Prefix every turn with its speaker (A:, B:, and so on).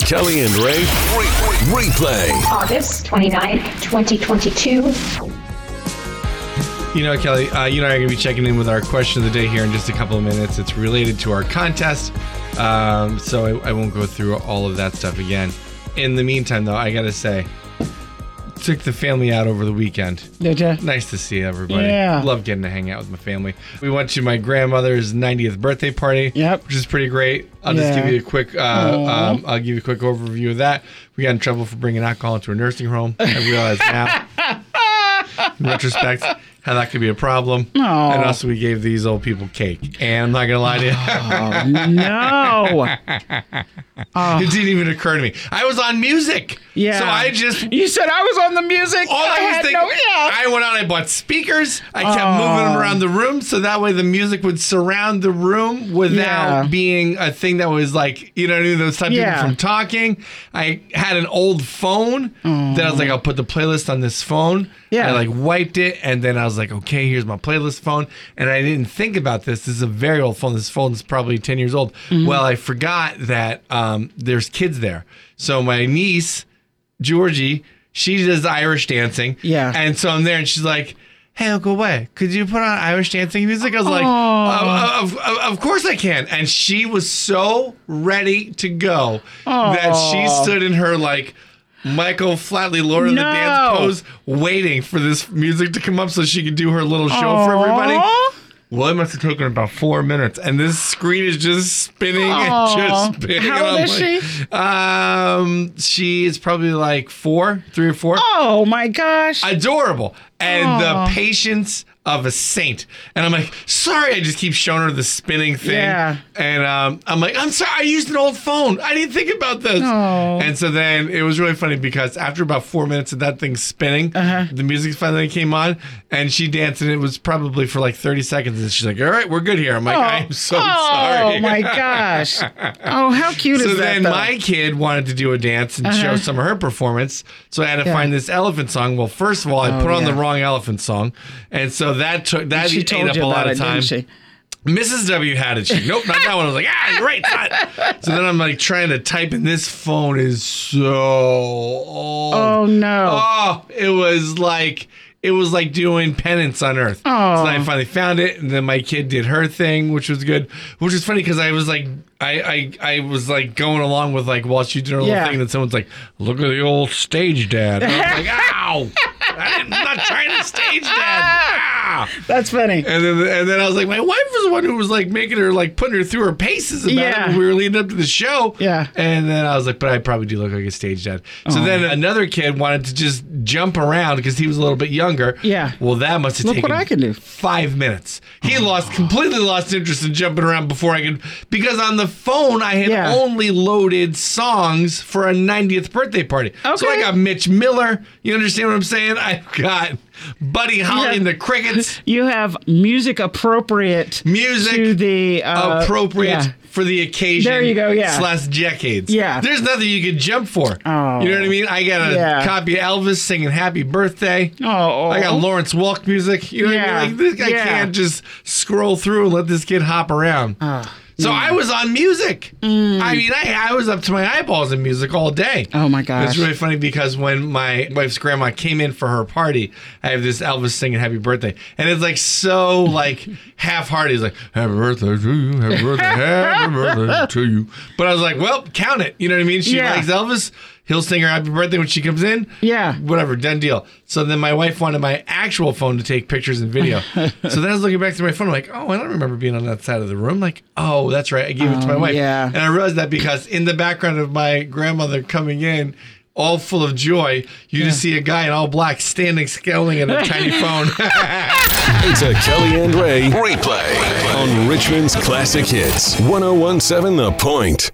A: Kelly and Ray replay.
B: August 29th, 2022.
C: You know, Kelly, uh, you and I are going to be checking in with our question of the day here in just a couple of minutes. It's related to our contest, um, so I, I won't go through all of that stuff again. In the meantime, though, I got to say, took the family out over the weekend.
D: Did ya?
C: Nice to see everybody.
D: Yeah.
C: Love getting to hang out with my family. We went to my grandmother's 90th birthday party.
D: Yep.
C: Which is pretty great. I'll just
D: Yeah.
C: give you a quick uh, um, I'll give you a quick overview of that. We got in trouble for bringing alcohol into a nursing home. I realize now. in retrospect, how that could be a problem.
D: Aw.
C: And also we gave these old people cake. And I'm not gonna lie to you.
D: No.
C: it didn't even occur to me. I was on music.
D: Yeah.
C: So I just
D: You said I was on the music.
C: All I, was
D: had
C: thinking,
D: no- yeah. Oh.
C: I went out, I bought speakers, I kept moving them around the room so that way the music would surround the room without
D: Yeah.
C: being a thing that was like, you know, what I mean, that would stop
D: Yeah.
C: people from talking. I had an old phone that I was like, I'll put the playlist on this phone.
D: Mm. Yeah.
C: I like wiped it and then I was like, okay, here's my playlist phone. And I didn't think about this. This is a very old phone. This phone's probably 10 years old.
D: Mm-hmm.
C: Well, I forgot that um, there's kids there. So my niece, Georgie, she does Irish dancing.
D: Yeah.
C: And so I'm there and she's like, Hey, Uncle Way, could you put on Irish dancing music? I was like, "Oh,
D: Aw.
C: of, of, of course I can. And she was so ready to go that she
D: Aw.
C: stood in her like Michael Flatley, Lord of the Dance
D: No.
C: pose, waiting for this music to come up so she could do her little show for everybody.
D: Aw.
C: Well, it must have taken about four minutes, and this screen is just spinning
D: Aw.
C: and just spinning.
D: How
C: and
D: old
C: I'm
D: is
C: like, Um, she is probably like four, three or four.
D: Oh my gosh.
C: Adorable, and
D: Aw.
C: the patience of a saint. And I'm like, sorry, I just keep showing her the spinning thing.
D: Yeah.
C: And um, I'm like, I'm sorry, I used an old phone. I didn't think about this.
D: Aw.
C: And so then it was really funny because after about four minutes of that thing spinning,
D: Uh-huh.
C: the music finally came on and she danced and it was probably for like 30 seconds. And she's like, all right, we're good here. I'm like, I'm so
D: oh,
C: sorry.
D: Oh my gosh. Oh, how cute
C: So
D: is that?
C: then
D: though? Uh-huh.
C: my kid wanted to do a dance and show some of her performance. So I had to
D: Yeah.
C: find this elephant song. Well, first of all, I
D: Oh,
C: put on the
D: yeah.
C: wrong elephant song. And so that took that
D: she
C: ate
D: told
C: up
D: you
C: a
D: about
C: lot
D: it,
C: of time.
D: didn't she?
C: Mrs. W had it. She, nope, not that one. I was like, ah, you're right. it's not." So then I'm like trying to type in this phone is so old.
D: Oh no.
C: Oh, it was like it was like doing penance on earth.
D: Aw.
C: So I finally found it, and then my kid did her thing, which was good. Which is funny because I was like, I, I I was like going along with like while she did her little
D: Yeah.
C: thing, and then someone's like, "Look at the old stage dad." And I was like, "Ow." I'm not trying to stage dad. Ah.
D: That's funny.
C: And then, and then I was like, my wife was the one who was like making her, like putting her through her paces about it
D: Yeah.
C: when we were leading up to the show.
D: Yeah.
C: And then I was like, but I probably do look like a stage dad. So then another kid wanted to just jump around because he was a little bit younger.
D: Yeah.
C: Well, that must have
D: Look
C: taken
D: what I can do.
C: five minutes. He lost completely lost interest in jumping around before I could because on the phone I had
D: Yeah.
C: only loaded songs for a 90th birthday party. So I
D: Okay.
C: got Mitch Miller. You understand what I'm saying? I've got Buddy Holly
D: Yeah.
C: and the Crickets.
D: You have music appropriate
C: Music
D: to the uh,
C: appropriate
D: yeah.
C: for the occasion.
D: There you go, yeah.
C: Slash decades.
D: Yeah.
C: There's nothing you could jump for.
D: Oh.
C: You know what I mean? I got a
D: Yeah.
C: copy of Elvis singing Happy Birthday.
D: Oh.
C: I got Lawrence Welk music. You know what
D: Yeah.
C: I mean? Like, this, I
D: Yeah.
C: can't just scroll through and let this kid hop around.
D: Oh.
C: so I was on music. I mean, I, I was up to my eyeballs in music all day.
D: Mm. Oh my gosh.
C: It's really funny because when my wife's grandma came in for her party, I have this Elvis singing "Happy Birthday," and it's like so like half-hearted. He's like, "Happy birthday to you, happy birthday, happy birthday to you." But I was like, "Well, count it." You know what I mean? She
D: Yeah.
C: likes Elvis. He'll sing her "Happy Birthday" when she comes in.
D: Yeah.
C: whatever, done deal. So then my wife wanted my actual phone to take pictures and video. so then I was looking back through my phone, I'm like, "Oh, I don't remember being on that side of the room." Like, "Oh, that's right, I gave it to my
D: Oh,
C: wife."
D: yeah.
C: And I realized that because in the background of my grandmother coming in, all full of joy, you just see a guy in all black standing, scowling at a tiny phone.
A: It's a Kelly and Ray replay on Richmond's Classic Hits 1017 The Point.